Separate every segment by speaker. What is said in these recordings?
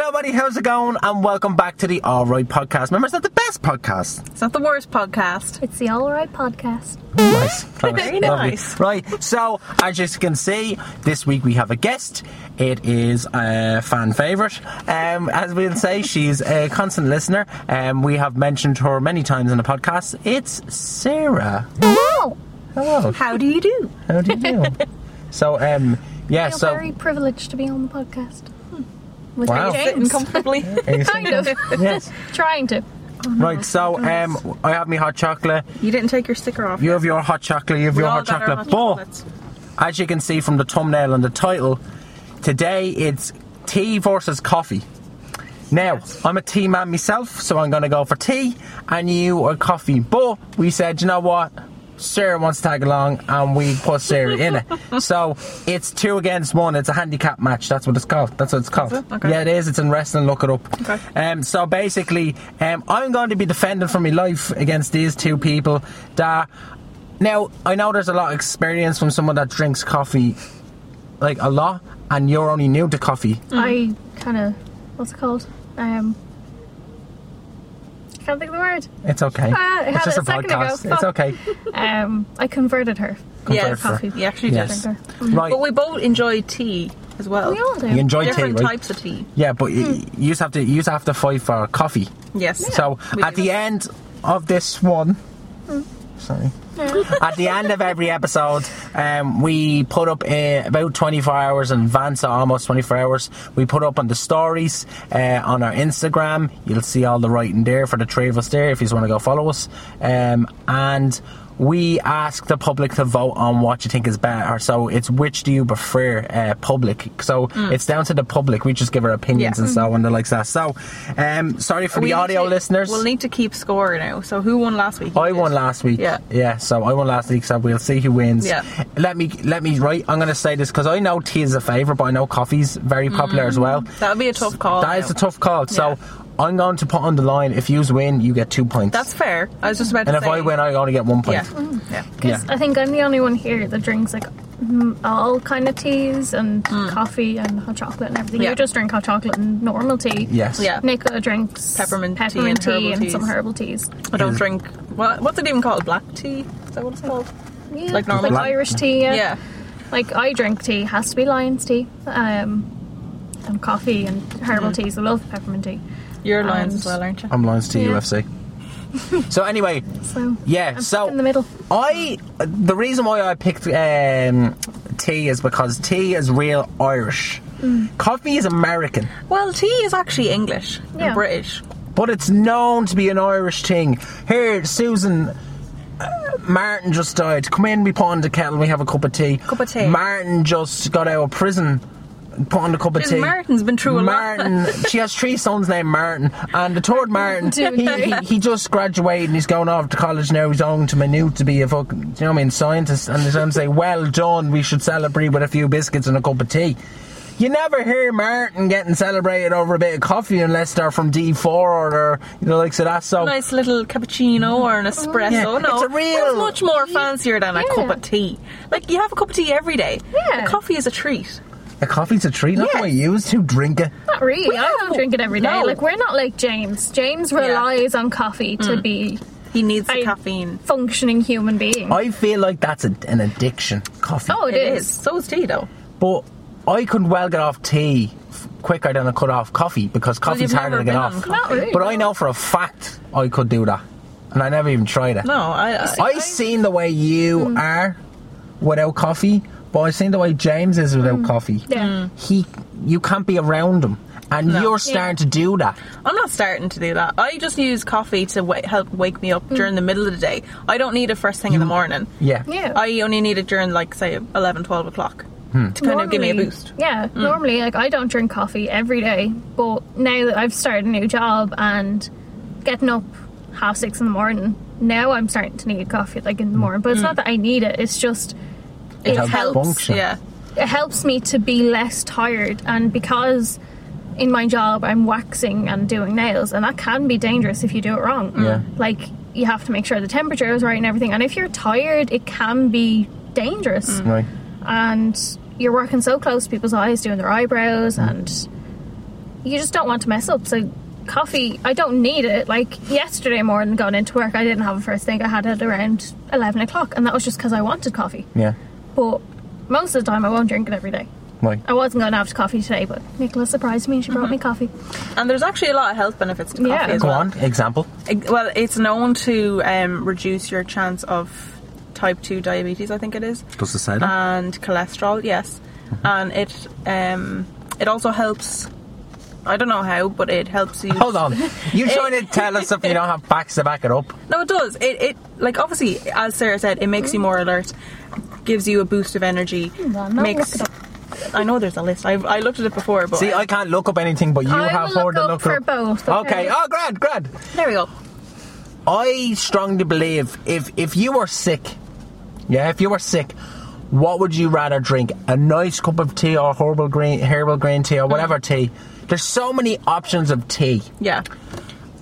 Speaker 1: everybody, how's it going? And welcome back to the All Right Podcast. Remember, it's not the best podcast.
Speaker 2: It's not the worst podcast.
Speaker 3: It's the All Right Podcast.
Speaker 1: Nice. Close.
Speaker 2: Very
Speaker 1: Lovely.
Speaker 2: nice.
Speaker 1: Right, so as you can see, this week we have a guest. It is a fan favourite. Um, as we'll say, she's a constant listener. Um, we have mentioned her many times in the podcast. It's Sarah.
Speaker 3: Wow!
Speaker 1: Hello.
Speaker 2: How do you do?
Speaker 1: How do you do? so, um, yeah,
Speaker 3: I feel
Speaker 1: so.
Speaker 3: very privileged to be on the podcast. Hmm. With
Speaker 1: Wow.
Speaker 3: you
Speaker 2: Sitting comfortably.
Speaker 3: Kind of.
Speaker 1: yes.
Speaker 3: Trying to.
Speaker 1: Right, so um, I have my hot chocolate.
Speaker 2: you didn't take your sticker off.
Speaker 1: You have your hot chocolate. You have
Speaker 2: We
Speaker 1: your
Speaker 2: all
Speaker 1: hot
Speaker 2: got our
Speaker 1: chocolate.
Speaker 2: hot
Speaker 1: but
Speaker 2: chocolates.
Speaker 1: as you can see from the thumbnail and the title, today it's tea versus coffee. Now, I'm a tea man myself, so I'm going to go for tea, and you are coffee. But we said, you know what? Sarah wants to tag along, and we put Sarah in it. So it's two against one. It's a handicap match. That's what it's called. That's what it's called.
Speaker 2: it? Okay.
Speaker 1: Yeah, it is. It's in wrestling. Look it up.
Speaker 2: Okay.
Speaker 1: Um, so basically, um, I'm going to be defending for my life against these two people. That now I know there's a lot of experience from someone that drinks coffee, like a lot, and you're only new to coffee.
Speaker 2: Hmm.
Speaker 3: I kind of. What's it called? Um. I can't think of the word.
Speaker 1: It's okay.
Speaker 3: Ah, I had
Speaker 1: it's
Speaker 3: it
Speaker 1: just
Speaker 3: a second ago.
Speaker 1: podcast. It's okay.
Speaker 3: Um, I converted her.
Speaker 1: Compared
Speaker 2: Yes,
Speaker 1: for-
Speaker 2: coffee. You actually
Speaker 1: Yes.
Speaker 2: did.
Speaker 3: Drinker.
Speaker 1: Right.
Speaker 2: But we both enjoy tea as well.
Speaker 3: We all do.
Speaker 1: you enjoy tea,
Speaker 2: Different
Speaker 1: right?
Speaker 2: types of tea.
Speaker 1: Yeah, but you,
Speaker 3: Hmm.
Speaker 1: you just have to you just have to fight for coffee.
Speaker 2: Yes.
Speaker 1: so
Speaker 2: we
Speaker 1: at
Speaker 2: do.
Speaker 1: the end of this one, sorry. at the end of every episode, um, we put up uh, about 24 hours in advance, or almost 24 hours. We put up on the stories uh, on our Instagram. You'll see all the writing there for the three of us there if you want to go follow us. Um, and we ask the public to vote on what you think is better. So it's which do you prefer, uh, public. So it's down to the public. We just give our opinions
Speaker 2: Mm. Yeah.
Speaker 1: and so on and the likes of that. So um, sorry for
Speaker 2: We
Speaker 1: the
Speaker 2: need
Speaker 1: audio
Speaker 2: to-
Speaker 1: listeners.
Speaker 2: We'll need to keep score now. So who won last week? You
Speaker 1: I
Speaker 2: did.
Speaker 1: won last week.
Speaker 2: Yeah.
Speaker 1: yeah. So I won last week. So we'll see who wins.
Speaker 2: Yeah.
Speaker 1: Let me let me right. I'm gonna say this because I know tea is a favourite, but I know coffee's very popular as well.
Speaker 2: That would be Mm, a tough call.
Speaker 1: That
Speaker 2: now.
Speaker 1: is a tough call. So I'm going to put on the line. If you win, you get two points.
Speaker 2: That's fair. I was just about
Speaker 1: and
Speaker 2: to
Speaker 1: if
Speaker 2: say.
Speaker 1: I win, I only get one point.
Speaker 2: Yeah. Mm, yeah.
Speaker 3: Because
Speaker 1: Yeah.
Speaker 3: I think I'm the only one here that drinks like mm, all kind of teas and coffee and hot chocolate and everything.
Speaker 2: Hmm. Yeah.
Speaker 3: You just drink hot chocolate and normal tea.
Speaker 1: Yes.
Speaker 2: Yeah.
Speaker 3: Nicola drinks
Speaker 2: Peppermint tea and
Speaker 3: peppermint
Speaker 2: herbal
Speaker 3: and some
Speaker 2: teas.
Speaker 3: herbal teas.
Speaker 2: I don't
Speaker 1: Is-
Speaker 2: drink. What, what's it even called? Black tea? Is that what it's called?
Speaker 3: Yeah,
Speaker 2: Like normal
Speaker 1: tea?
Speaker 3: Irish tea. Yeah.
Speaker 2: Yeah.
Speaker 3: Like I drink tea, has to be lion's tea, um, and coffee and herbal teas. I love peppermint tea.
Speaker 2: You're lions
Speaker 3: And-
Speaker 2: as well, aren't you?
Speaker 1: I'm lines to
Speaker 3: Yeah.
Speaker 1: UFC. so anyway,
Speaker 3: So
Speaker 1: yeah.
Speaker 3: I'm
Speaker 1: so
Speaker 3: stuck in the middle.
Speaker 1: I the reason why I picked um, tea is because tea is real Irish.
Speaker 2: Mm.
Speaker 1: Coffee is American.
Speaker 2: Well, tea is actually English and
Speaker 3: Yeah.
Speaker 2: British.
Speaker 1: but it's known to be an Irish thing. Here, Susan uh, Martin just died. Come in, we put on the kettle, we have a cup of tea.
Speaker 2: Cup of tea.
Speaker 1: Martin just got out of prison. Put on the cup of
Speaker 2: Susan
Speaker 1: tea.
Speaker 2: Martin's been through a lot.
Speaker 1: Martin, she has three sons named Martin, and the third Martin,
Speaker 3: Dude.
Speaker 1: he, he, he just graduated and he's going off to college now. He's on to Minute to be a fucking, do you know what I mean, scientist. And he's going to say, "Well done, we should celebrate with a few biscuits and a cup of tea." You never hear Martin getting celebrated over a bit of coffee unless they're from D4 or they're, you know, like so that. So
Speaker 2: Nice little cappuccino or
Speaker 3: Oh,
Speaker 2: an espresso.
Speaker 1: Yeah,
Speaker 2: no,
Speaker 1: it's a real-
Speaker 2: it's much more fancier than a
Speaker 3: Yeah.
Speaker 2: cup of tea. Like you have a cup of tea every day.
Speaker 3: Yeah.
Speaker 2: A coffee is a treat.
Speaker 1: a coffee's a treat. Not
Speaker 2: Yes.
Speaker 1: what you used to drink it.
Speaker 3: Not really. I don't drink it every day.
Speaker 2: no.
Speaker 3: Like we're not like James. James relies on coffee to be
Speaker 2: He needs the
Speaker 3: I-
Speaker 2: caffeine.
Speaker 3: functioning human being.
Speaker 1: I feel like that's a, an addiction. Coffee.
Speaker 3: oh,
Speaker 2: it is. So is tea, though.
Speaker 1: But I could well get off tea f- quicker than I could off coffee because coffee's
Speaker 2: you've
Speaker 1: harder to
Speaker 2: never
Speaker 1: get
Speaker 2: been on
Speaker 1: off.
Speaker 2: coffee.
Speaker 3: Not really.
Speaker 1: But I know for a fact I could do that, and I never even tried it.
Speaker 2: No, Mm. I. I,
Speaker 1: I seen the way you are without coffee, but I seen the way James is without coffee.
Speaker 3: Yeah. Mm.
Speaker 1: He, you can't be around him, and
Speaker 2: No.
Speaker 1: you're starting to do that.
Speaker 2: I'm not starting to do that. I just use coffee to wa help wake me
Speaker 3: Mm.
Speaker 2: up during the middle of the day. I don't need it first thing in the morning.
Speaker 1: Yeah.
Speaker 3: Yeah.
Speaker 2: I only need it during, like, say, 11, 12 o'clock
Speaker 1: Hmm.
Speaker 2: to kind of give me a
Speaker 3: Normally-
Speaker 2: boost. Mm.
Speaker 3: Yeah, normally like I don't drink coffee every day, but now that I've started a new job and getting up half six in the morning, now I'm starting to need coffee like in the
Speaker 2: Mm.
Speaker 3: morning. But it's not that I need it; it's just it,
Speaker 1: helps
Speaker 3: helps.
Speaker 1: function.
Speaker 2: Yeah.
Speaker 3: It helps me to be less tired, and because in my job I'm waxing and doing nails, and that can be dangerous if you do it wrong.
Speaker 1: Yeah.
Speaker 3: like you have to make sure the temperature is right and everything. And if you're tired, it can be dangerous
Speaker 2: Mm.
Speaker 1: Right.
Speaker 3: and you're working so close to people's eyes doing their eyebrows and you just don't want to mess up. So coffee, I don't need it. Like yesterday morning, going into work, I didn't have a first thing. I had it around eleven o'clock, and that was just because I wanted coffee.
Speaker 1: Yeah.
Speaker 3: But most of the time, I won't drink it every day.
Speaker 1: Right.
Speaker 2: Oh,
Speaker 3: I wasn't going to have coffee today, but Nicola surprised me. She brought me coffee.
Speaker 2: And there's actually a lot of health benefits to coffee
Speaker 3: Yeah.
Speaker 2: as
Speaker 1: Go
Speaker 2: well.
Speaker 1: on. Example.
Speaker 2: It- Well, it's known to um, reduce your chance of type 2 diabetes, I think it is,
Speaker 1: Does it say that?
Speaker 2: and cholesterol, yes.
Speaker 1: Mm-hmm.
Speaker 2: And it um, it also helps, I don't know how, but it helps you.
Speaker 1: Hold on. You trying to tell us something you don't have facts to back it up?
Speaker 2: No, it does. It, it like obviously, as Sarah said, it makes you more alert, gives you a boost of energy.
Speaker 3: Well, now
Speaker 2: makes,
Speaker 3: look it up.
Speaker 2: I know there's a list. I've, I looked at it before, but
Speaker 1: See, I can't look up anything, but you
Speaker 3: I
Speaker 1: have
Speaker 3: will
Speaker 1: more
Speaker 3: look
Speaker 1: than
Speaker 3: up
Speaker 1: look
Speaker 3: for
Speaker 1: up.
Speaker 3: both.
Speaker 1: Okay. Oh, grand, grand.
Speaker 2: there we go.
Speaker 1: I strongly believe if if you were sick, yeah, if you were sick, what would you rather drink? A nice cup of tea or herbal green herbal green tea or whatever
Speaker 2: Mm.
Speaker 1: tea. There's so many options of tea,
Speaker 2: Yeah.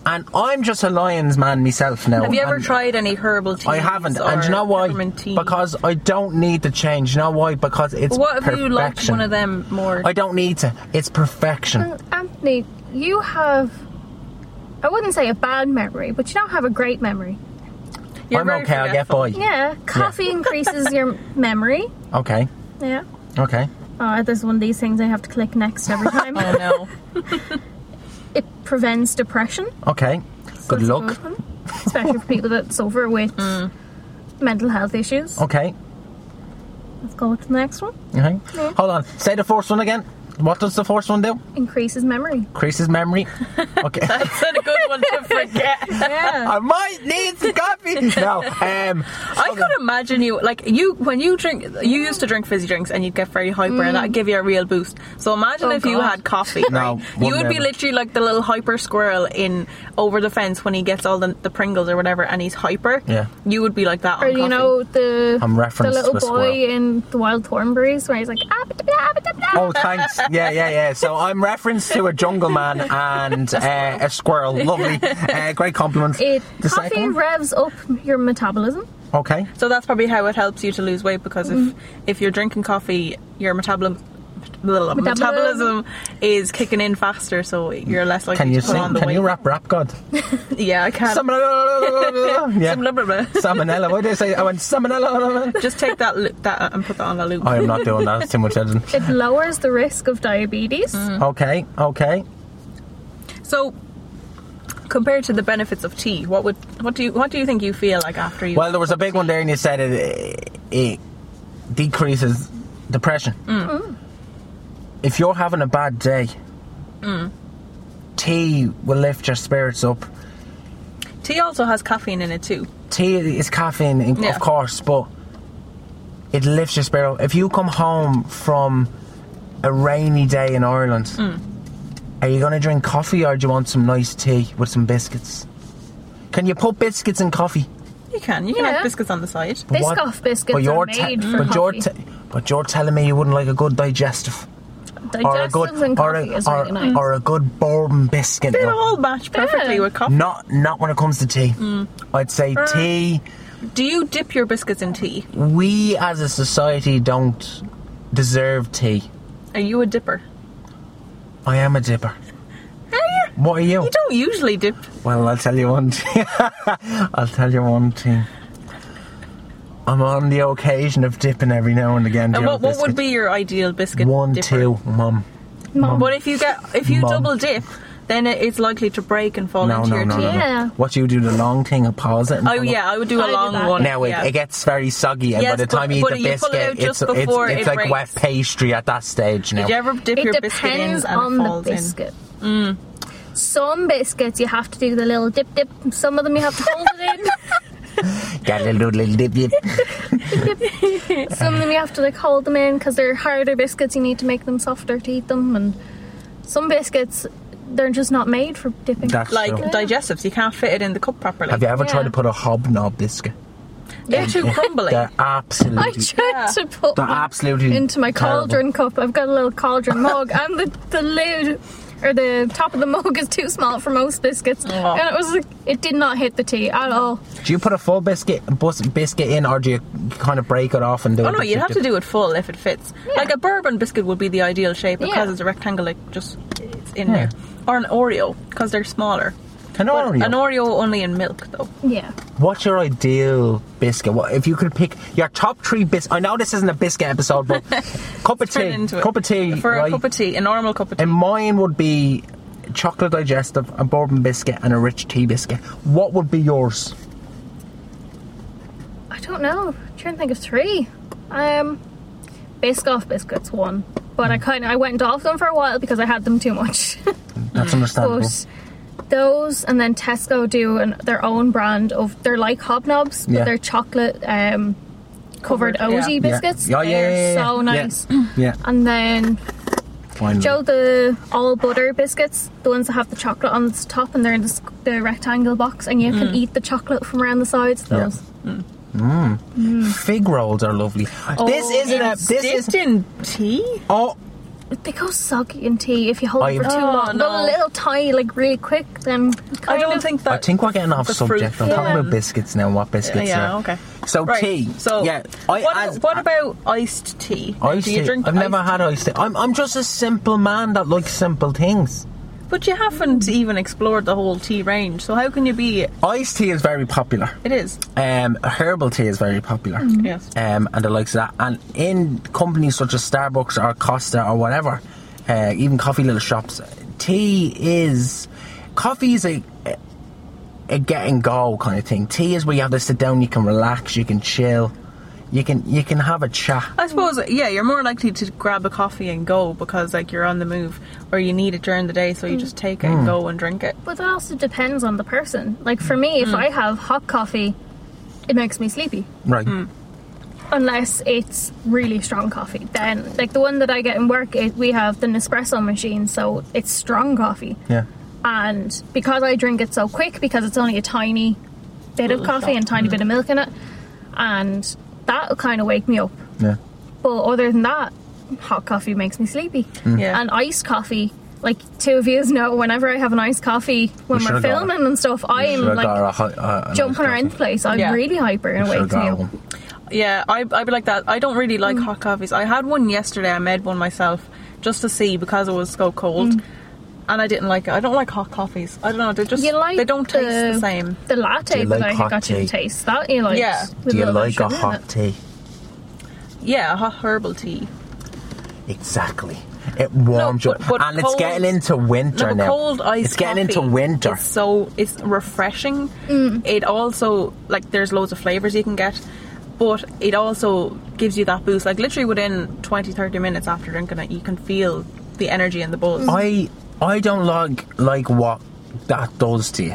Speaker 1: and I'm just a lions man myself now.
Speaker 2: Have you ever
Speaker 1: Oh, and
Speaker 2: tried any herbal tea?
Speaker 1: I haven't, and you know why?
Speaker 2: Tea?
Speaker 1: Because I don't need to change. You know why? Because it's
Speaker 2: what if
Speaker 1: perfection.
Speaker 2: you liked one of them more?
Speaker 1: I don't need to. It's perfection.
Speaker 3: Anthony, Um, you have. I wouldn't say a bad memory, but you don't have a great memory.
Speaker 2: You're
Speaker 1: I'm
Speaker 2: very
Speaker 1: okay. I'll get
Speaker 2: forgetful.
Speaker 1: by.
Speaker 3: Yeah, coffee increases your memory.
Speaker 1: Okay.
Speaker 3: Yeah.
Speaker 1: Okay.
Speaker 3: Oh, there's one of these things I have to click next every time.
Speaker 2: Oh no.
Speaker 3: it prevents depression.
Speaker 1: Okay.
Speaker 3: so
Speaker 1: Good
Speaker 3: it's a
Speaker 1: luck. Mm.
Speaker 3: good one, Especially for people that suffer with mental health issues.
Speaker 1: Okay.
Speaker 3: Let's go to the next one.
Speaker 1: Okay. Hold on. Say the first one again. What does the first one do?
Speaker 3: Increases memory.
Speaker 1: Increases memory. Okay.
Speaker 2: That's a good one to forget.
Speaker 3: Yeah.
Speaker 1: I might need some coffee. No. Um.
Speaker 2: I could imagine you like you when you drink you used to drink fizzy drinks and you'd get very hyper and that'd give you a real boost. So imagine
Speaker 3: Mm. Oh,
Speaker 2: if you
Speaker 3: God.
Speaker 2: had coffee,
Speaker 1: No,
Speaker 2: right? you
Speaker 1: wouldn't
Speaker 2: would be
Speaker 1: ever.
Speaker 2: literally like the little hyper squirrel in over the fence when he gets all the, the Pringles or whatever and he's hyper.
Speaker 1: Yeah.
Speaker 2: You would be like that on
Speaker 3: Or you
Speaker 2: coffee.
Speaker 3: know the
Speaker 1: I'm
Speaker 3: the
Speaker 1: referenced
Speaker 3: little
Speaker 1: to a
Speaker 3: boy
Speaker 1: squirrel.
Speaker 3: in the Wild Thornberries where he's like "Ah, abba-dabba, abba-dabba.
Speaker 1: Oh, thanks. Yeah, yeah, yeah. So I'm referenced to a jungle man and uh, a squirrel. Lovely. Uh, great compliment.
Speaker 3: It
Speaker 1: the
Speaker 3: coffee
Speaker 1: second one?
Speaker 3: revs up your metabolism.
Speaker 1: Okay.
Speaker 2: So that's probably how it helps you to lose weight because
Speaker 3: Mm-hmm.
Speaker 2: if if you're drinking coffee, your metabolism metabolism,
Speaker 3: Metabolism.
Speaker 2: is kicking in faster, so you're less likely
Speaker 1: Can you
Speaker 2: to put on
Speaker 1: sing?
Speaker 2: the
Speaker 1: Can
Speaker 2: weight.
Speaker 1: you rap rap God?
Speaker 2: Yeah, I can.
Speaker 1: Salmonella.
Speaker 2: Some blah,
Speaker 1: Yeah.
Speaker 2: blah, blah.
Speaker 1: Salmonella. What did I say? I went salmonella.
Speaker 2: Just take that lo- that and put that on a loop.
Speaker 1: I am not doing that. It's too much editing.
Speaker 3: It lowers the risk of diabetes.
Speaker 1: Mm. Okay. Okay.
Speaker 2: So, compared to the benefits of tea, what would what do you what do you think you feel like after you?
Speaker 1: Well, there was a big one there, and you said it, it decreases depression. If you're having a bad day, tea will lift your spirits up.
Speaker 2: tea also has caffeine in it too.
Speaker 1: Tea is caffeine, in-
Speaker 2: Yeah.
Speaker 1: of course, but it lifts your spirit up. If you come home from a rainy day in Ireland, are you going to drink coffee or do you want some nice tea with some biscuits? Can you put biscuits in coffee?
Speaker 2: You can you can
Speaker 3: Yeah.
Speaker 2: have biscuits on the side.
Speaker 1: What-
Speaker 3: Biscoff biscuits
Speaker 1: but you're
Speaker 3: are
Speaker 1: te-
Speaker 3: made for
Speaker 1: but you're
Speaker 3: coffee.
Speaker 1: te- but you're telling me you wouldn't like a good digestive or a
Speaker 3: Digestives
Speaker 1: good
Speaker 3: and
Speaker 1: or
Speaker 3: coffee
Speaker 1: a,
Speaker 3: is
Speaker 1: or,
Speaker 3: really nice.
Speaker 1: or a good bourbon biscuit.
Speaker 2: They
Speaker 1: No.
Speaker 2: all Mm. match perfectly
Speaker 3: Yeah.
Speaker 2: with coffee.
Speaker 1: Not not when it comes to tea. I'd say
Speaker 2: Uh.
Speaker 1: tea.
Speaker 2: Do you dip your biscuits in tea?
Speaker 1: We as a society don't deserve tea.
Speaker 2: Are you a dipper?
Speaker 1: I am a dipper. What are you?
Speaker 2: You don't usually dip.
Speaker 1: well, I'll tell you one. thing. I'll tell you one thing. I'm on the occasion of dipping every now and again.
Speaker 2: And
Speaker 1: dear
Speaker 2: what, what
Speaker 1: biscuit.
Speaker 2: would be your ideal biscuit?
Speaker 1: one,
Speaker 2: dipper?
Speaker 1: two, mum?
Speaker 2: But if you get if you
Speaker 1: Mum.
Speaker 2: double dip, then it, it's likely to break and fall
Speaker 1: No,
Speaker 2: into
Speaker 1: no,
Speaker 2: your
Speaker 1: no,
Speaker 2: tea.
Speaker 1: no,
Speaker 3: Yeah.
Speaker 1: no. What you do the long thing and pause it. And
Speaker 2: Oh
Speaker 1: pull it
Speaker 2: yeah, I would do
Speaker 3: I
Speaker 2: a
Speaker 3: do
Speaker 2: long
Speaker 3: that.
Speaker 2: one.
Speaker 1: Now it,
Speaker 2: yeah.
Speaker 1: it gets very soggy, and
Speaker 2: Yes,
Speaker 1: by the
Speaker 2: but-
Speaker 1: time you eat
Speaker 2: but
Speaker 1: the
Speaker 2: you pull it out
Speaker 1: biscuit, it's,
Speaker 2: just
Speaker 1: it's,
Speaker 2: before
Speaker 1: it's
Speaker 2: it
Speaker 1: like
Speaker 2: breaks.
Speaker 1: wet pastry at that stage now.
Speaker 2: Did you ever dip your
Speaker 3: it
Speaker 2: biscuit in
Speaker 3: depends
Speaker 2: and it
Speaker 3: on the
Speaker 2: falls in?
Speaker 3: biscuit. Some biscuits you have to do the little dip dip. Some of them you have to hold it
Speaker 1: Got a little, little dip, dip.
Speaker 3: in. Some of them you have to like hold them in because they're harder biscuits. You need to make them softer to eat them. And some biscuits they're just not made for dipping.
Speaker 1: That's
Speaker 2: Like
Speaker 1: true.
Speaker 2: digestives, you can't fit it in the cup properly.
Speaker 1: Have you ever tried
Speaker 3: Yeah.
Speaker 1: to put a hobnob biscuit?
Speaker 2: They're too crumbly.
Speaker 1: They're
Speaker 3: I
Speaker 1: absolutely.
Speaker 3: tried to put
Speaker 1: They're
Speaker 3: one
Speaker 1: absolutely
Speaker 3: into my
Speaker 1: terrible.
Speaker 3: cauldron cup. I've got a little cauldron mug, and the, the lid or the top of the mug is too small for most biscuits.
Speaker 2: Aw.
Speaker 3: And it was like it did not hit the tea at all.
Speaker 1: do you put a full biscuit bus, biscuit in, or do you kind of break it off and do?
Speaker 2: Oh
Speaker 1: it
Speaker 2: no,
Speaker 1: dip,
Speaker 2: you'd
Speaker 1: dip,
Speaker 2: have to
Speaker 1: dip?
Speaker 2: do it full if it fits. Like a bourbon biscuit would be the ideal shape because
Speaker 3: Yeah.
Speaker 2: it's a rectangle, it just chocolates in
Speaker 1: Yeah.
Speaker 2: there, or an Oreo because they're smaller.
Speaker 1: An
Speaker 2: But
Speaker 1: Oreo.
Speaker 2: An Oreo only in milk though.
Speaker 3: Yeah.
Speaker 1: What's your ideal biscuit? What if you could pick your top three biscuits? I know this isn't a biscuit episode, but cup of tea,
Speaker 2: Turn into it.
Speaker 1: cup of tea,
Speaker 2: for
Speaker 1: right?
Speaker 2: a cup of tea, a normal cup of tea.
Speaker 1: And mine would be chocolate digestive, a bourbon biscuit, and a rich tea biscuit. What would be yours?
Speaker 3: I don't know. I'm trying to think of three. Um, Biscoff biscuits one, but I
Speaker 1: Hmm.
Speaker 3: kind of I went off them for a while because I had them too much.
Speaker 1: That's understandable.
Speaker 3: but those and then Tesco do an, their own brand of they're like hobnobs, but
Speaker 1: Yeah.
Speaker 3: they're chocolate um, covered
Speaker 2: Covered, yeah.
Speaker 3: Ozy
Speaker 1: Yeah.
Speaker 3: biscuits.
Speaker 1: Oh, yeah,
Speaker 3: they're
Speaker 1: yeah, yeah, yeah.
Speaker 3: so
Speaker 1: Yeah. Hmm.
Speaker 3: nice.
Speaker 1: yeah,
Speaker 3: And then
Speaker 1: finally.
Speaker 3: Joe the all butter biscuits, the ones that have the chocolate on the top, and they're in this, the rectangle box, and you can eat the chocolate from around the sides.
Speaker 1: Hmm. Yeah.
Speaker 3: Those.
Speaker 1: Fig rolls are lovely.
Speaker 3: Oh,
Speaker 1: this isn't a. This
Speaker 2: Dipped
Speaker 1: is.
Speaker 2: in tea.
Speaker 1: Oh,
Speaker 3: They go soggy in tea if you hold
Speaker 1: I-
Speaker 3: it for too
Speaker 2: Oh,
Speaker 3: long. But
Speaker 2: no.
Speaker 3: a little tiny, like really quick, then
Speaker 2: I
Speaker 3: kind
Speaker 2: don't
Speaker 3: of-
Speaker 2: think that.
Speaker 1: I think we're getting off
Speaker 2: the fruit
Speaker 1: subject. I'm
Speaker 2: thing.
Speaker 1: talking about biscuits now. What biscuits?
Speaker 2: yeah,
Speaker 1: are.
Speaker 2: okay.
Speaker 1: So
Speaker 2: Right,
Speaker 1: Oh, tea.
Speaker 2: So
Speaker 1: yeah.
Speaker 2: what,
Speaker 1: as-
Speaker 2: what about iced tea?
Speaker 1: Iced
Speaker 2: Do you
Speaker 1: tea.
Speaker 2: drink?
Speaker 1: I've never
Speaker 2: iced-
Speaker 1: had iced tea. I'm, I'm just a simple man that likes simple things.
Speaker 2: But you haven't even explored the whole tea range. So how can you be?
Speaker 1: Iced tea is very popular.
Speaker 2: It is.
Speaker 1: Um, herbal tea is very popular.
Speaker 3: Mm.
Speaker 2: Yes.
Speaker 1: Um, and the likes of that. And in companies such as Starbucks or Costa or whatever, uh, even coffee little shops, tea is. Coffee is a, a get and go kind of thing. Tea is where you have to sit down, you can relax, you can chill, you can you can have a chat.
Speaker 2: I suppose, yeah, you're more likely to grab a coffee and go because, like, you're on the move or you need it during the day, so you just take it
Speaker 1: Hmm.
Speaker 2: and go and drink it.
Speaker 3: But that also depends on the person. Like for me, if I have hot coffee, it makes me sleepy.
Speaker 1: Right.
Speaker 3: Unless it's really strong coffee, then like the one that I get in work, it, we have the Nespresso machine, so it's strong coffee.
Speaker 1: Yeah.
Speaker 3: And because I drink it so quick, because it's only a tiny bit of coffee and tiny bit of milk in it, and that'll kind of wake me up.
Speaker 1: Yeah.
Speaker 3: But other than that, hot coffee makes me sleepy.
Speaker 1: Mm.
Speaker 2: Yeah.
Speaker 3: And iced coffee, like two of you know, whenever I have an iced coffee when
Speaker 1: We
Speaker 3: we are
Speaker 1: should've got
Speaker 3: filming and stuff, I am
Speaker 1: Should've got her a
Speaker 3: like
Speaker 1: hi- uh, an
Speaker 3: jumping
Speaker 1: iced
Speaker 3: around the
Speaker 1: coffee.
Speaker 3: place. I'm
Speaker 2: Yeah.
Speaker 3: really hyper and it
Speaker 1: Should've
Speaker 3: wakes
Speaker 1: got
Speaker 3: me
Speaker 1: her
Speaker 3: up.
Speaker 1: one.
Speaker 2: Yeah, I, I'd be like that. I don't really
Speaker 3: Mm.
Speaker 2: like hot coffees. I had one yesterday. I made one myself just to see because it was so cold,
Speaker 3: Mm.
Speaker 2: and I didn't like it. I don't like hot coffees. I don't know. They just
Speaker 3: You like
Speaker 2: they don't taste the, same.
Speaker 3: The latte
Speaker 1: you
Speaker 3: that
Speaker 1: like
Speaker 3: I
Speaker 1: hot
Speaker 3: got you
Speaker 1: tea?
Speaker 3: to taste that you like.
Speaker 2: Yeah.
Speaker 1: Do you like a hot tea?
Speaker 2: Yeah, a hot herbal tea.
Speaker 1: Exactly. It warms
Speaker 2: No, but-
Speaker 1: you, up.
Speaker 2: but
Speaker 1: and it's
Speaker 2: cold-
Speaker 1: getting into
Speaker 2: No,
Speaker 1: winter
Speaker 2: but
Speaker 1: now.
Speaker 2: cold ice.
Speaker 1: it's getting into
Speaker 2: coffee
Speaker 1: winter.
Speaker 2: is so it's refreshing.
Speaker 3: Mm.
Speaker 2: It also like there's loads of flavors you can get, but it also gives you that boost. Like literally within 20, 30 minutes after drinking it, you can feel the energy and the buzz.
Speaker 1: I I don't like like what that does to you.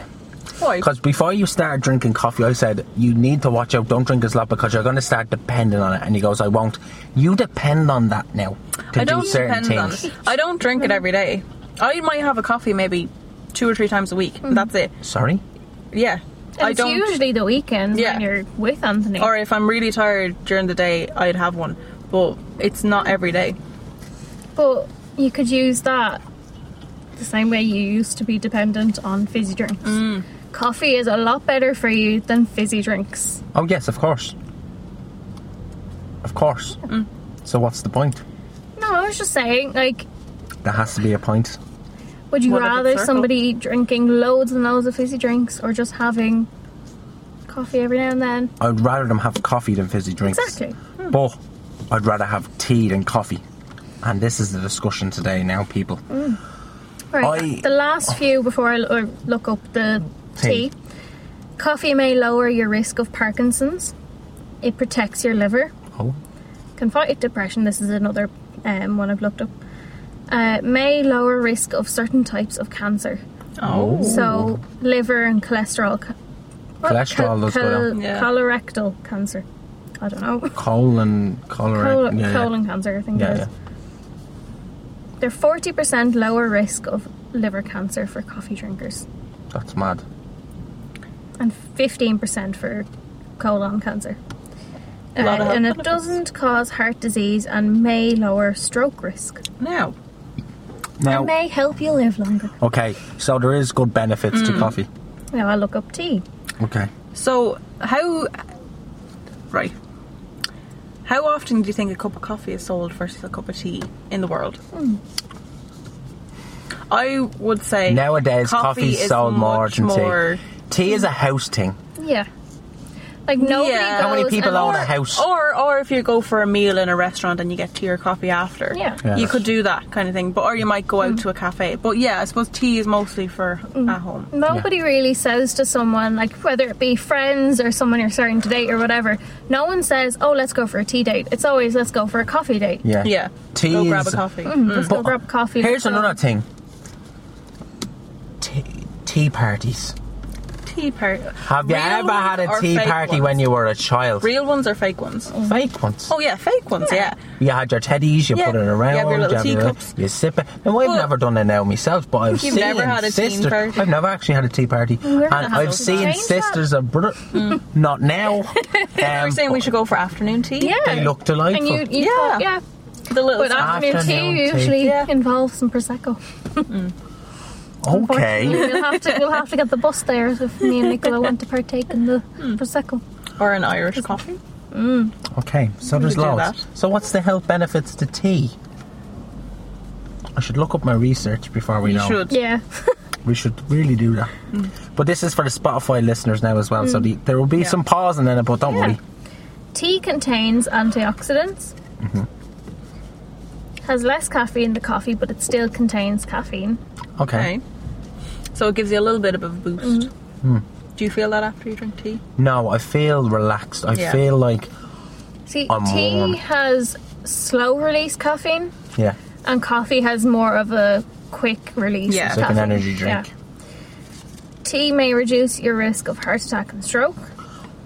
Speaker 2: Why?
Speaker 1: Because before you start drinking coffee, I said you need to watch out. Don't drink as lot because you're going to start depending on it. And he goes, "I won't." You depend on that now to
Speaker 2: I don't
Speaker 1: do certain
Speaker 2: depend on
Speaker 1: things.
Speaker 2: it. I don't drink it every day. I might have a coffee maybe two or three times a week. That's it.
Speaker 1: Sorry.
Speaker 2: Yeah.
Speaker 3: Mm-hmm. And
Speaker 2: I
Speaker 3: it's
Speaker 2: don't
Speaker 3: usually the weekend
Speaker 2: Yeah.
Speaker 3: when you're with Anthony.
Speaker 2: or if I'm really tired during the day, I'd have one. But it's not every day.
Speaker 3: But you could use that the same way you used to be dependent on fizzy drinks.
Speaker 2: Mm.
Speaker 3: Coffee is a lot better for you than fizzy drinks.
Speaker 1: Oh yes, of course. Of course.
Speaker 2: Mm.
Speaker 1: So what's the point?
Speaker 3: No, I was just saying, like,
Speaker 1: There has to be a point.
Speaker 3: would you
Speaker 2: What if it's
Speaker 3: rather
Speaker 2: circle?
Speaker 3: somebody drinking loads and loads of fizzy drinks or just having coffee every now and then?
Speaker 1: I'd rather them have coffee than fizzy drinks.
Speaker 3: Exactly.
Speaker 2: Hmm.
Speaker 1: But I'd rather have tea than coffee. And this is the discussion today now, people.
Speaker 3: Right.
Speaker 1: I-
Speaker 3: the last few before I l- or look up the
Speaker 1: Tea.
Speaker 3: tea. Coffee may lower your risk of Parkinson's. It protects your liver.
Speaker 1: Oh,
Speaker 3: Can fight depression. This is another um, one I've looked up. Uh, may lower risk of certain types of cancer.
Speaker 2: Oh.
Speaker 3: So liver and cholesterol. Ca- what?
Speaker 1: Cholesterol does go down.
Speaker 2: Yeah.
Speaker 3: Colorectal cancer. I don't know.
Speaker 1: colon,
Speaker 3: Col-
Speaker 1: colorectal. yeah, yeah.
Speaker 3: colon cancer, I think
Speaker 1: Yeah,
Speaker 3: it is.
Speaker 1: yeah.
Speaker 3: They're 40% lower risk of liver cancer for coffee drinkers.
Speaker 1: That's mad.
Speaker 3: and 15% for colon cancer. Uh,
Speaker 2: Lot of health
Speaker 3: and it
Speaker 2: benefits.
Speaker 3: doesn't cause heart disease and may lower stroke risk.
Speaker 2: Now,
Speaker 1: Now,
Speaker 3: May help you live longer.
Speaker 1: okay, so there is good benefits
Speaker 2: Mm.
Speaker 1: to coffee.
Speaker 3: Now I look up tea.
Speaker 1: Okay.
Speaker 2: so how? Right. How often do you
Speaker 3: Hmm.
Speaker 2: think a cup of coffee is sold versus a cup of tea in the world? I would say
Speaker 1: Nowadays, coffee's
Speaker 2: is
Speaker 1: sold more
Speaker 2: much
Speaker 1: than
Speaker 2: more-
Speaker 1: tea. Tea is a house thing.
Speaker 3: Yeah. Like nobody
Speaker 2: Yeah. How
Speaker 1: many
Speaker 3: goes
Speaker 1: people
Speaker 3: and-
Speaker 1: own a house?
Speaker 2: Or, or if you go for a meal in a restaurant and you get tea or coffee after,
Speaker 3: Yeah. Mm.
Speaker 1: Yeah.
Speaker 2: you could do that kind of thing. But or you might go out to a cafe. But yeah, I suppose tea is mostly for at home.
Speaker 3: Nobody really says to someone, like whether it be friends or someone you're starting to date or whatever, no one says, Oh, let's go for a tea date. It's always let's go for a coffee date.
Speaker 1: Yeah.
Speaker 2: Yeah,
Speaker 1: Tea
Speaker 2: go grab a
Speaker 1: is-
Speaker 2: coffee.
Speaker 3: Let's go
Speaker 1: But-
Speaker 3: grab coffee.
Speaker 1: Here's
Speaker 3: let's go-
Speaker 1: another thing. Tea, tea parties.
Speaker 2: Tea party.
Speaker 1: Have you
Speaker 2: Real
Speaker 1: ever had
Speaker 2: ones
Speaker 1: a
Speaker 2: or
Speaker 1: tea
Speaker 2: fake
Speaker 1: party
Speaker 2: ones?
Speaker 1: when you were a child?
Speaker 2: Real ones or fake ones?
Speaker 3: Mm.
Speaker 1: Fake ones.
Speaker 2: Oh yeah, fake ones. Yeah.
Speaker 1: You had your teddies, you
Speaker 2: Yeah.
Speaker 1: put it
Speaker 2: You have
Speaker 1: around,
Speaker 2: your little
Speaker 1: you,
Speaker 2: teacups.
Speaker 1: you sip it. Now I've
Speaker 2: Well-
Speaker 1: never done it now myself, but I've seen
Speaker 2: You've never had a tea
Speaker 1: sisters.
Speaker 2: party.
Speaker 1: I've never actually had a tea party,
Speaker 3: We're
Speaker 1: and
Speaker 3: gonna have
Speaker 1: I've
Speaker 3: to
Speaker 1: seen
Speaker 3: change that.
Speaker 1: sisters of brother. Not now.
Speaker 2: Hmm. We're
Speaker 1: Um,
Speaker 2: saying we should go for afternoon tea.
Speaker 3: Yeah.
Speaker 1: They look delightful.
Speaker 3: And you, you
Speaker 2: Yeah.
Speaker 3: yeah. yeah.
Speaker 2: The little.
Speaker 3: But uh, afternoon,
Speaker 1: Afternoon
Speaker 3: tea
Speaker 1: tea.
Speaker 3: usually
Speaker 2: Yeah.
Speaker 3: involves some prosecco.
Speaker 1: okay.
Speaker 3: We'll have to we'll have to get the bus there if me and Nicola want to partake in the
Speaker 2: Hmm.
Speaker 3: prosecco.
Speaker 2: or an Irish coffee.
Speaker 1: Okay, so there's
Speaker 2: could do
Speaker 1: loads.
Speaker 2: that.
Speaker 1: So what's the health benefits to tea? I should look up my research before we
Speaker 2: You
Speaker 1: know.
Speaker 2: should. Hmm.
Speaker 3: Yeah.
Speaker 1: We should really do that. But this is for the Spotify listeners now as well, so the, there will be
Speaker 2: Yeah.
Speaker 1: some pausing in it, but don't
Speaker 3: Yeah.
Speaker 1: worry.
Speaker 3: Tea contains antioxidants.
Speaker 1: Mm-hmm.
Speaker 3: Has less caffeine than coffee, but it still contains caffeine.
Speaker 1: Okay.
Speaker 2: Okay. So it gives you a little bit of a boost.
Speaker 1: Hmm.
Speaker 3: Mm-hmm.
Speaker 2: Do you feel that after you drink tea?
Speaker 1: No, I feel relaxed. I
Speaker 2: Yeah.
Speaker 1: feel like,
Speaker 3: See,
Speaker 1: I'm
Speaker 3: tea
Speaker 1: warm.
Speaker 3: has slow release caffeine,
Speaker 1: yeah,
Speaker 3: and coffee has more of a quick release.
Speaker 2: Yeah.
Speaker 3: of
Speaker 1: it's like an
Speaker 3: caffeine.
Speaker 1: energy drink.
Speaker 3: Yeah. Tea may reduce your risk of heart attack and stroke.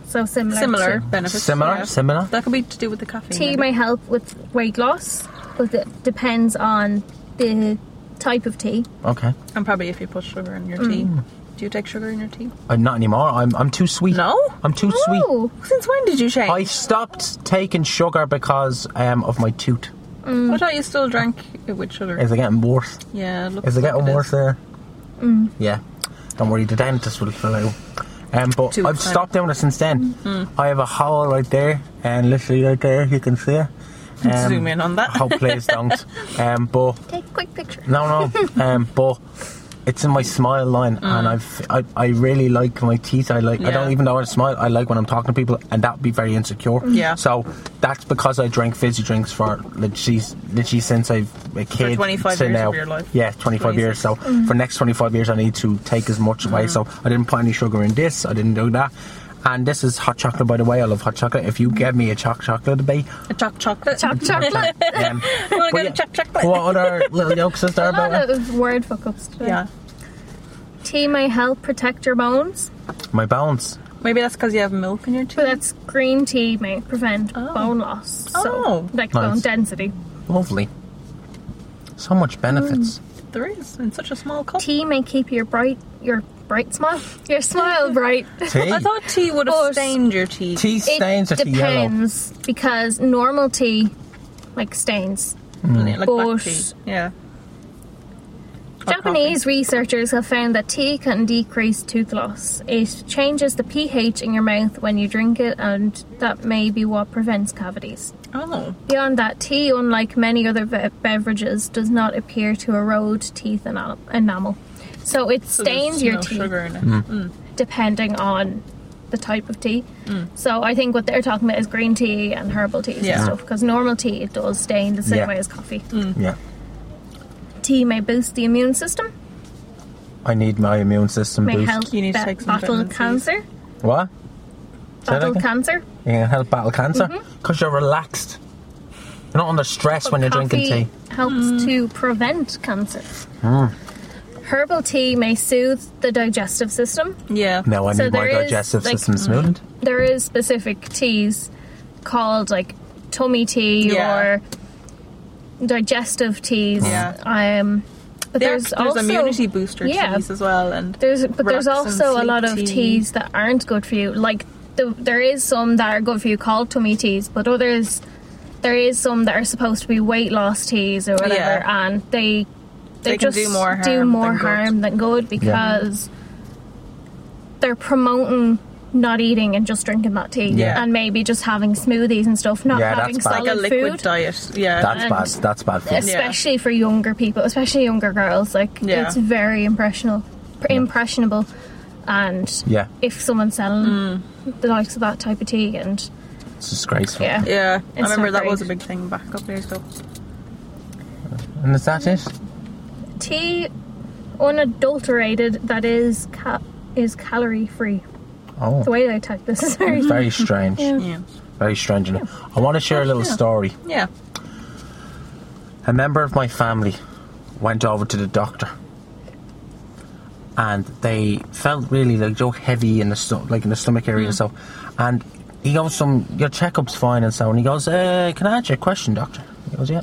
Speaker 3: So similar. to-
Speaker 2: Similar benefits.
Speaker 1: Similar,
Speaker 2: yeah.
Speaker 1: similar.
Speaker 2: That could be to do with the caffeine.
Speaker 3: tea
Speaker 2: maybe.
Speaker 3: may help with weight loss, but it depends on the type of tea.
Speaker 1: Okay.
Speaker 2: and probably if you put sugar in your tea.
Speaker 1: Mm.
Speaker 2: Do you take sugar in your tea?
Speaker 1: I'm Uh, not anymore. I'm, I'm too sweet.
Speaker 2: No?
Speaker 1: I'm too sweet.
Speaker 3: Ooh,
Speaker 2: Since when did you change?
Speaker 1: I stopped taking sugar because um, of my tooth.
Speaker 3: Mm.
Speaker 2: I thought you still drank it with sugar.
Speaker 1: Is it getting worse?
Speaker 2: yeah, look.
Speaker 1: Is it getting
Speaker 2: look at
Speaker 1: worse there?
Speaker 2: Mm.
Speaker 1: Yeah. Don't worry, the dentist will fill out. Um, but
Speaker 2: Two
Speaker 1: I've
Speaker 2: time.
Speaker 1: stopped doing it since then.
Speaker 2: Mm-hmm.
Speaker 1: I have a hole right there, and literally right there, you can see it. Um,
Speaker 2: Zoom in on that.
Speaker 1: Oh, please don't. Um, but
Speaker 3: take a quick picture.
Speaker 1: no, no. Um, but it's in my smile line, and I've I, I really like my teeth. I like I don't
Speaker 2: Mm. Yeah.
Speaker 1: even know how to smile. I like when I'm talking to people, and that would be very insecure.
Speaker 2: Mm. Yeah.
Speaker 1: So that's because I drank fizzy drinks for literally, literally since I've a kid.
Speaker 2: 25
Speaker 1: to
Speaker 2: years of
Speaker 1: now.
Speaker 2: your life. Mm.
Speaker 1: Yeah, 25 years. So for next 25 years, I need to take as much away. So I didn't put any sugar in this. I didn't do that. And this is hot chocolate, by the way. I love hot chocolate. If
Speaker 2: Mm.
Speaker 1: you give me a choc chocolate debate,
Speaker 2: A choc chocolate.
Speaker 3: Choc chocolate.
Speaker 1: um,
Speaker 2: You want
Speaker 1: but
Speaker 2: to go to
Speaker 1: yeah, uh,
Speaker 2: choc chocolate?
Speaker 1: what other little jokes is there
Speaker 3: A
Speaker 1: about it?
Speaker 3: lot of word fuck ups today.
Speaker 2: Yeah.
Speaker 3: Tea may help protect your bones,
Speaker 1: My bones.
Speaker 2: Maybe that's because you have milk in your tea.
Speaker 3: but that's green tea may prevent
Speaker 2: Oh.
Speaker 3: bone loss.
Speaker 2: Oh.
Speaker 3: So,
Speaker 1: Nice.
Speaker 3: like bone density.
Speaker 1: Lovely. So much benefits.
Speaker 2: There is in such a small cup.
Speaker 3: Tea may keep your bright your bright smile. Your smile bright.
Speaker 1: Tea.
Speaker 2: I thought tea would have
Speaker 3: Or s-
Speaker 2: stained your tea.
Speaker 1: tea stains are
Speaker 3: it
Speaker 1: the yellow.
Speaker 3: depends because normal tea like stains.
Speaker 2: wouldn't it? Like black
Speaker 3: But-
Speaker 2: tea. Yeah. Or
Speaker 3: Japanese researchers have found that tea can decrease tooth loss. It changes the pH in your mouth when you drink it, and that may be what prevents cavities.
Speaker 2: coffee. Oh.
Speaker 3: Beyond that, tea, unlike many other be- beverages, does not appear to erode teeth enam- enamel. So it
Speaker 2: So there's
Speaker 3: stains your
Speaker 2: no
Speaker 3: teeth
Speaker 2: Sugar in it.
Speaker 1: Mm.
Speaker 3: depending on the type of tea. So I think what they're talking about is green tea and herbal teas
Speaker 2: Yeah.
Speaker 3: and stuff, because normal tea it does stain the same
Speaker 1: Yeah. Mm.
Speaker 3: way as coffee.
Speaker 1: Yeah.
Speaker 3: Tea may boost the immune system,
Speaker 1: I need my immune system
Speaker 3: may
Speaker 1: boost.
Speaker 3: help
Speaker 2: You need to
Speaker 3: ba-
Speaker 2: take some
Speaker 3: battle
Speaker 2: vitamin Cs.
Speaker 3: cancer.
Speaker 1: What? Say that
Speaker 3: battle
Speaker 1: again?
Speaker 3: cancer.
Speaker 1: You can help battle cancer
Speaker 3: Mm-hmm.
Speaker 1: because you're relaxed. You're not under stress when you're drinking tea.
Speaker 3: helps to prevent cancer. Herbal tea may soothe the digestive system.
Speaker 2: Yeah.
Speaker 1: No, I
Speaker 3: So
Speaker 1: need my
Speaker 3: there is,
Speaker 1: digestive
Speaker 3: like, Mm-hmm.
Speaker 1: system smoothed.
Speaker 3: There is specific teas called like tummy tea
Speaker 2: Yeah.
Speaker 3: or digestive teas.
Speaker 2: Yeah.
Speaker 3: Um, but
Speaker 2: There-
Speaker 3: there's, also
Speaker 2: immunity booster
Speaker 3: yeah.
Speaker 2: teas as well, and
Speaker 3: There's but there's
Speaker 2: Relaxant
Speaker 3: also a
Speaker 2: sleep
Speaker 3: lot of
Speaker 2: tea.
Speaker 3: teas that aren't good for you. Like the, there is some that are good for you called tummy teas, but others there is some that are supposed to be weight loss teas or whatever,
Speaker 2: Yeah.
Speaker 3: and they they,
Speaker 2: They can
Speaker 3: just
Speaker 2: do more harm
Speaker 3: do more
Speaker 2: than good.
Speaker 3: harm than good because they're promoting not eating and just drinking that tea,
Speaker 1: Yeah.
Speaker 3: and maybe just having smoothies and stuff, not
Speaker 1: Yeah,
Speaker 3: having
Speaker 1: that's bad.
Speaker 3: solid
Speaker 2: like a liquid
Speaker 3: food.
Speaker 2: diet. Yeah.
Speaker 1: That's
Speaker 3: and-
Speaker 1: bad. That's bad for you.
Speaker 3: especially for younger people, especially younger girls. Like
Speaker 2: Yeah.
Speaker 3: it's very impressionable, impressionable, and
Speaker 1: Yeah,
Speaker 3: if someone's selling
Speaker 1: Mm.
Speaker 3: the likes of that type of tea, and
Speaker 1: it's disgraceful.
Speaker 3: yeah,
Speaker 2: yeah, I
Speaker 3: It's
Speaker 2: remember
Speaker 3: not
Speaker 2: that was a
Speaker 3: great.
Speaker 2: big thing back up years ago.
Speaker 1: And is that it?
Speaker 3: tea unadulterated that is ca- is calorie free.
Speaker 1: Oh,
Speaker 3: The way I type this is very
Speaker 1: very strange.
Speaker 2: Yeah,
Speaker 1: Very strange. And I want to share a little story.
Speaker 2: yeah.
Speaker 1: A member of my family went over to the doctor and they felt really like they were heavy in the sto- like in the stomach area and stuff. And he goes, "Some your checkup's fine and so." And he goes, uh, "Can I ask you a question, doctor?" He goes, "Yeah."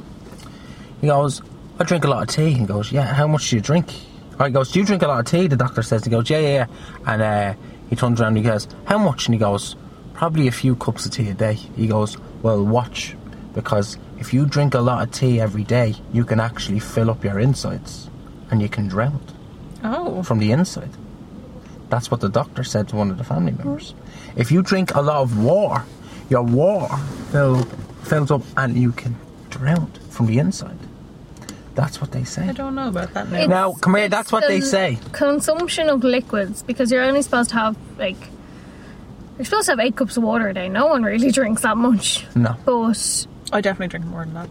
Speaker 1: He goes, "I drink a lot of tea." He goes, "Yeah." How much do you drink? Or he goes, "Do you drink a lot of tea?" The doctor says. He goes, "Yeah, yeah." yeah." And uh, he turns around. and He goes, "How much?" And he goes, "Probably a few cups of tea a day." He goes, "Well, watch, because if you drink a lot of tea every day, you can actually fill up your insides, and you can drown." It
Speaker 2: Oh,
Speaker 1: from the inside. That's what the doctor said to one of the family members. If you drink a lot of water, your water fill, fills up and you can drown from the inside. That's what they
Speaker 2: I
Speaker 1: say.
Speaker 2: don't know about that now.
Speaker 3: It's-
Speaker 1: Now, come here,
Speaker 3: it's
Speaker 1: that's what they
Speaker 3: the
Speaker 1: say.
Speaker 3: Consumption of liquids because you're only supposed to have like you're supposed to have eight cups of water a day. No one really drinks that much,
Speaker 1: No.
Speaker 3: but
Speaker 2: I definitely drink more than that.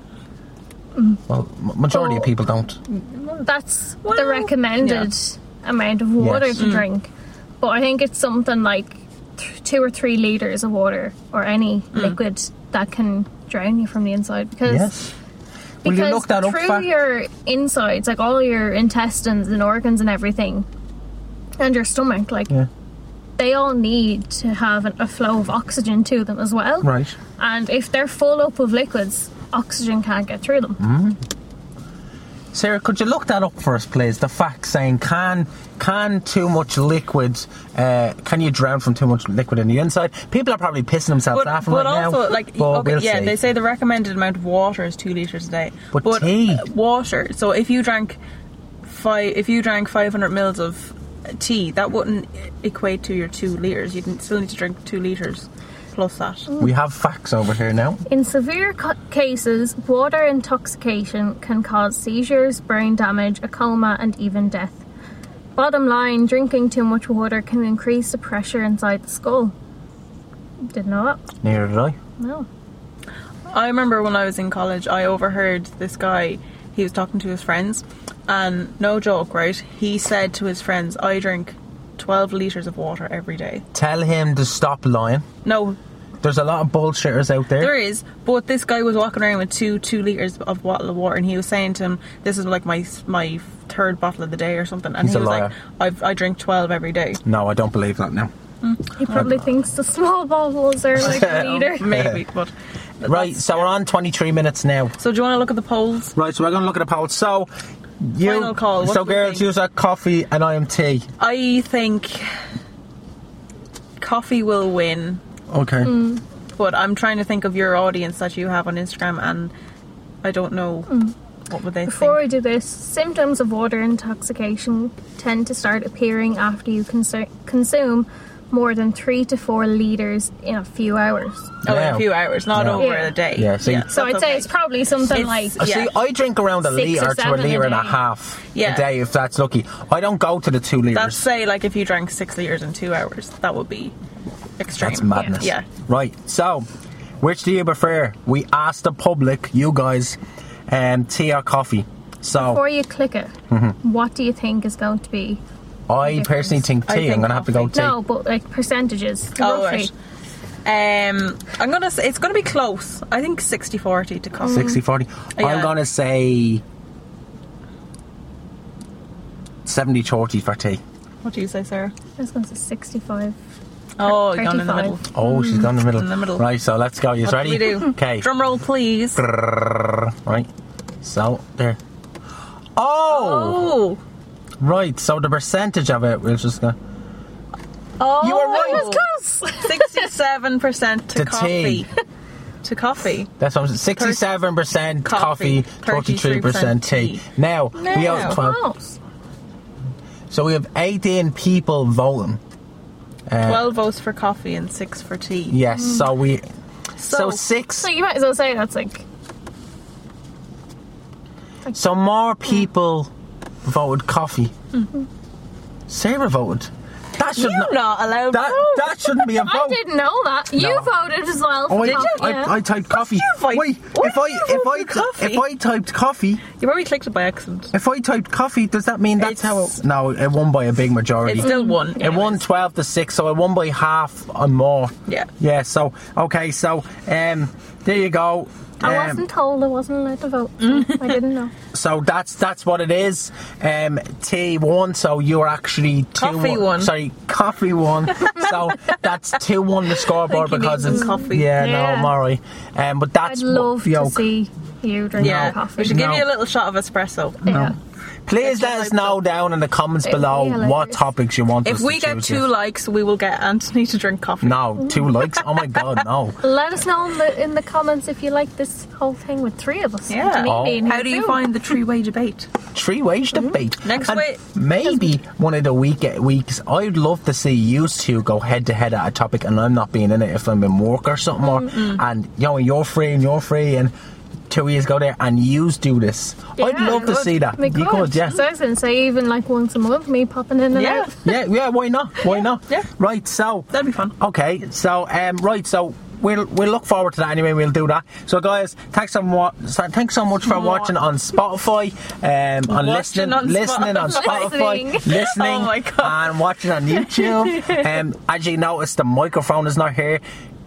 Speaker 1: Well, m- majority of
Speaker 3: Oh.
Speaker 1: people don't.
Speaker 3: that's the
Speaker 2: Well,
Speaker 3: recommended amount of water
Speaker 1: Yes.
Speaker 3: to drink. But I think it's something like th- two or three liters of water or any liquid that can drown you from the inside because.
Speaker 1: Yes. Will
Speaker 3: Because
Speaker 1: you look that up,
Speaker 3: through
Speaker 1: Fact?
Speaker 3: your insides, like all your intestines and organs and everything, and your stomach, like
Speaker 1: Yeah.
Speaker 3: they all need to have an, a flow of oxygen to them as well.
Speaker 1: Right.
Speaker 3: And if they're full up of liquids, oxygen can't get through them.
Speaker 1: Sarah, could you look that up for us, please? The fact saying can can too much liquid uh, can you drown from too much liquid in the inside? People are probably pissing themselves
Speaker 2: But,
Speaker 1: laughing
Speaker 2: but
Speaker 1: right
Speaker 2: also,
Speaker 1: now.
Speaker 2: like,
Speaker 1: but
Speaker 2: okay,
Speaker 1: we'll
Speaker 2: yeah,
Speaker 1: see.
Speaker 2: they say the recommended amount of water is two liters a day.
Speaker 1: But tea?
Speaker 2: uh, water. So if you drank five, if you drank 500 mils of tea, that wouldn't equate to your two liters. You'd n- still need to drink two liters plus that.
Speaker 1: We have facts over here now.
Speaker 3: In severe co- cases, water intoxication can cause seizures, brain damage, a coma, and even death. Bottom line, drinking too much water can increase the pressure inside the skull. Didn't know that.
Speaker 1: Neither did I.
Speaker 3: No.
Speaker 2: I remember when I was in college, I overheard this guy. He was talking to his friends, and no joke, right? He said to his friends, "I drink 12 liters of water every day."
Speaker 1: Tell him to stop lying.
Speaker 2: No,
Speaker 1: There's a lot of bullshitters out there.
Speaker 2: There is, but this guy was walking around with two two liters of bottle of water, and he was saying to him, "This is like my my third bottle of the day or something." And
Speaker 1: He's
Speaker 2: he
Speaker 1: a
Speaker 2: was
Speaker 1: liar.
Speaker 2: like, i "I drink twelve every day."
Speaker 1: No, I don't believe that now.
Speaker 3: He probably thinks the small bottles are like a
Speaker 2: So
Speaker 3: liter.
Speaker 2: maybe, but
Speaker 1: Right, so we're on 23 minutes now.
Speaker 2: so do you want to look at the polls?
Speaker 1: Right, so we're going to look at a poll. So, you,
Speaker 2: Final call, what
Speaker 1: so
Speaker 2: do we
Speaker 1: girls
Speaker 2: think?
Speaker 1: use that coffee and I am tea.
Speaker 2: I think coffee will win,
Speaker 1: Okay.
Speaker 2: Mm, but I'm trying to think of your audience that you have on Instagram, and I don't know what would they
Speaker 3: Before
Speaker 2: think.
Speaker 3: we do this, symptoms of water intoxication tend to start appearing after you consu- consume more than three to four liters in a few hours.
Speaker 2: Oh, in
Speaker 1: Now.
Speaker 2: a few hours, not
Speaker 1: Yeah.
Speaker 2: over
Speaker 3: Yeah.
Speaker 2: a day.
Speaker 1: Yeah, so you-
Speaker 3: So I'd
Speaker 2: that's
Speaker 3: say
Speaker 2: okay.
Speaker 3: it's probably something
Speaker 2: It's-
Speaker 3: like
Speaker 1: Uh, See,
Speaker 2: Yeah.
Speaker 1: I drink around a
Speaker 3: Six or
Speaker 1: litre to a
Speaker 3: seven a
Speaker 1: litre and a
Speaker 3: day.
Speaker 1: half
Speaker 2: Yeah.
Speaker 1: a day if that's lucky. I don't go to the two litres.
Speaker 2: That's say like if you drank six liters in two hours, that would be extreme.
Speaker 1: That's madness.
Speaker 2: Yeah.
Speaker 1: Right. So, which do you prefer? We asked the public, you guys, um, tea or coffee. So,
Speaker 3: before you click it.
Speaker 1: Mm-hmm.
Speaker 3: What do you think is going to be?
Speaker 1: I
Speaker 3: difference.
Speaker 1: personally think tea.
Speaker 2: I
Speaker 1: I am
Speaker 2: think
Speaker 1: going to have to go tea.
Speaker 3: No, but like percentages.
Speaker 2: Oh,
Speaker 3: roughly.
Speaker 2: right. Um, I'm gonna. Say, it's gonna be close. I think 60-40 to coffee.
Speaker 1: 60 40. I'm
Speaker 2: Yeah.
Speaker 1: going to say 70 40 for tea.
Speaker 2: What do you say, Sarah?
Speaker 3: I was going to say 65.
Speaker 2: Oh, you're in the
Speaker 3: 35.
Speaker 2: middle.
Speaker 1: Oh, she's gone in the middle.
Speaker 2: Hmm. In the middle.
Speaker 1: Right, so let's go. You
Speaker 2: What
Speaker 1: ready?
Speaker 2: do we do?
Speaker 1: Okay.
Speaker 2: Drum roll, please.
Speaker 1: Right. So, there. Oh!
Speaker 2: Oh.
Speaker 1: Right, so the percentage of it, we'll just go.
Speaker 2: Oh.
Speaker 1: You were right.
Speaker 3: That was close!
Speaker 2: Sixty-seven percent
Speaker 1: To
Speaker 2: to
Speaker 1: tea.
Speaker 2: coffee. To coffee.
Speaker 1: That's what I'm saying. 67% coffee,
Speaker 2: Coffee,
Speaker 1: 33%
Speaker 2: 33%
Speaker 1: tea.
Speaker 2: tea.
Speaker 1: Now, we
Speaker 2: Now. Oh.
Speaker 1: have 12.
Speaker 3: close.
Speaker 1: So we have 18 people voting. Uh,
Speaker 2: Twelve votes for coffee and six for tea.
Speaker 1: Yes, so we. So,
Speaker 2: Mm. So-
Speaker 1: six.
Speaker 3: So you might as well say that's like
Speaker 1: So more people voted coffee.
Speaker 2: Mm-hmm.
Speaker 1: Sarah voted. That should
Speaker 2: You're
Speaker 1: not.
Speaker 2: not allowed.
Speaker 1: That
Speaker 2: to vote.
Speaker 1: that shouldn't be a vote.
Speaker 3: I didn't know that. You
Speaker 1: No.
Speaker 3: voted as well.
Speaker 1: Oh,
Speaker 3: for
Speaker 1: I,
Speaker 3: coffee, yeah.
Speaker 1: I, I typed coffee.
Speaker 2: vote?
Speaker 1: Wait,
Speaker 2: Why
Speaker 1: if I
Speaker 2: did you
Speaker 1: if
Speaker 2: vote
Speaker 1: I
Speaker 2: for
Speaker 1: t- if
Speaker 2: coffee?
Speaker 1: I typed coffee,
Speaker 2: You probably clicked it by accident.
Speaker 1: if I typed coffee, does that mean that's how?
Speaker 2: It's-
Speaker 1: It, no, it won by a big majority.
Speaker 2: It's still one.
Speaker 1: It won
Speaker 2: anyways.
Speaker 1: twelve to six, so it won by half or more.
Speaker 2: Yeah.
Speaker 1: Yeah. So okay. So um, there you go.
Speaker 3: I
Speaker 1: Um,
Speaker 3: wasn't told I wasn't allowed to vote. so
Speaker 2: Mm.
Speaker 3: I didn't know.
Speaker 1: So that's that's what it is. Um, T one. So you're actually two
Speaker 2: Coffee one.
Speaker 1: Sorry, coffee one. so that's two one the scoreboard
Speaker 2: you need
Speaker 1: because
Speaker 2: some
Speaker 1: it's
Speaker 2: coffee.
Speaker 1: Yeah, no,
Speaker 3: Yeah.
Speaker 1: I'm alright. Um, but that's
Speaker 3: I'd
Speaker 1: what-
Speaker 3: love
Speaker 1: yo,
Speaker 3: to see you drink
Speaker 2: Yeah,
Speaker 3: coffee.
Speaker 2: we should give
Speaker 1: No. Mm.
Speaker 2: you a little shot of espresso.
Speaker 3: Yeah.
Speaker 1: Please
Speaker 2: It's
Speaker 1: let
Speaker 2: just
Speaker 1: us know down in the comments
Speaker 3: It'd
Speaker 1: below
Speaker 3: be hilarious.
Speaker 1: what topics you want.
Speaker 2: If
Speaker 1: us
Speaker 2: we
Speaker 1: to
Speaker 2: get
Speaker 1: choose
Speaker 2: two
Speaker 1: here.
Speaker 2: likes, we will get Anthony to drink coffee.
Speaker 1: no, two likes. Oh my god, no.
Speaker 3: Let us know in the, in the comments if you like this whole thing with three of us.
Speaker 2: Yeah.
Speaker 3: Me
Speaker 1: Oh.
Speaker 3: being
Speaker 2: How
Speaker 3: here
Speaker 2: do you
Speaker 3: too.
Speaker 2: find the three-way debate?
Speaker 1: Three wage debate.
Speaker 2: Mm-hmm. Next
Speaker 1: And
Speaker 2: week-
Speaker 1: Maybe one of the week weeks. I'd love to see you two go head to head at a topic, and I'm not being in it if I'm in work or something. Or and you know, you're free and you're free, and two years go there, and yous do this. I'd
Speaker 3: Yeah,
Speaker 1: love
Speaker 3: we
Speaker 1: to
Speaker 3: could.
Speaker 1: see that.
Speaker 3: We
Speaker 1: You could, yeah.
Speaker 3: So I was going to say, even like once a month, me popping in and
Speaker 2: Yeah.
Speaker 3: out.
Speaker 1: yeah, yeah. Why not? Why not?
Speaker 2: yeah.
Speaker 1: Right. So
Speaker 2: That'd be fun.
Speaker 1: Okay, so um, right, so we'll we'll look forward to that anyway. We'll do that. So guys, thanks so much. Thanks so much for watching on Spotify, um, on
Speaker 2: Watching
Speaker 1: listening,
Speaker 2: on
Speaker 1: listening on
Speaker 2: Spotify.
Speaker 1: Spotify, listening,
Speaker 3: Listening.
Speaker 2: Oh my God.
Speaker 1: and watching on YouTube. um, as you notice, the microphone is not here.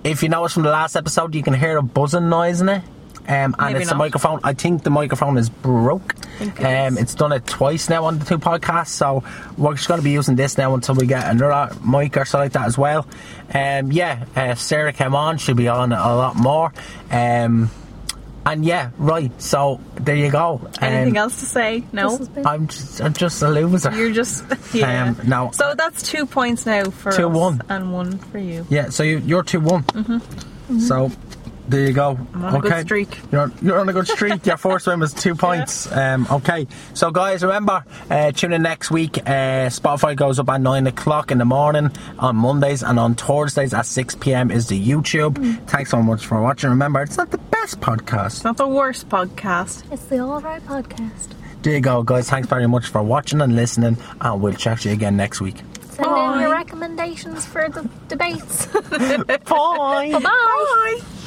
Speaker 1: If you notice from the last episode, you can hear a buzzing noise in it. Um, and
Speaker 2: Maybe
Speaker 1: it's the
Speaker 2: not.
Speaker 1: microphone. I think the microphone is broke.
Speaker 2: think it
Speaker 1: Um,
Speaker 2: is.
Speaker 1: it's done it twice now on the two podcasts, so we're just going to be using this now until we get another mic or something like that as well. Um, yeah, uh, Sarah came on; she'll be on a lot more. Um, and yeah, right. So there you go. Um,
Speaker 2: Anything else to say? No.
Speaker 3: This has been-
Speaker 1: I'm just, I'm just a loser.
Speaker 2: You're just yeah.
Speaker 1: Um, no.
Speaker 2: So that's two points now for
Speaker 1: Two,
Speaker 2: us
Speaker 1: one.
Speaker 2: and one for you.
Speaker 1: yeah. So you, you're two one. So there you go.
Speaker 2: Mm-hmm. I'm on a good streak.
Speaker 1: You're on, you're on a good streak. Your first win was two points. Um, okay, so guys, remember uh, tune in next week. Uh, Spotify goes up at nine o'clock in the morning on Mondays, and on Thursdays at six p.m. is the YouTube.
Speaker 2: Mm.
Speaker 1: Thanks so much for watching. Remember, it's not the best podcast.
Speaker 2: It's not the worst podcast.
Speaker 3: It's the All Right Podcast.
Speaker 1: There you go, guys. Thanks very much for watching and listening, and we'll chat to you again next week.
Speaker 3: Send in your recommendations for the debates.
Speaker 1: Bye.
Speaker 3: Bye.
Speaker 2: Bye.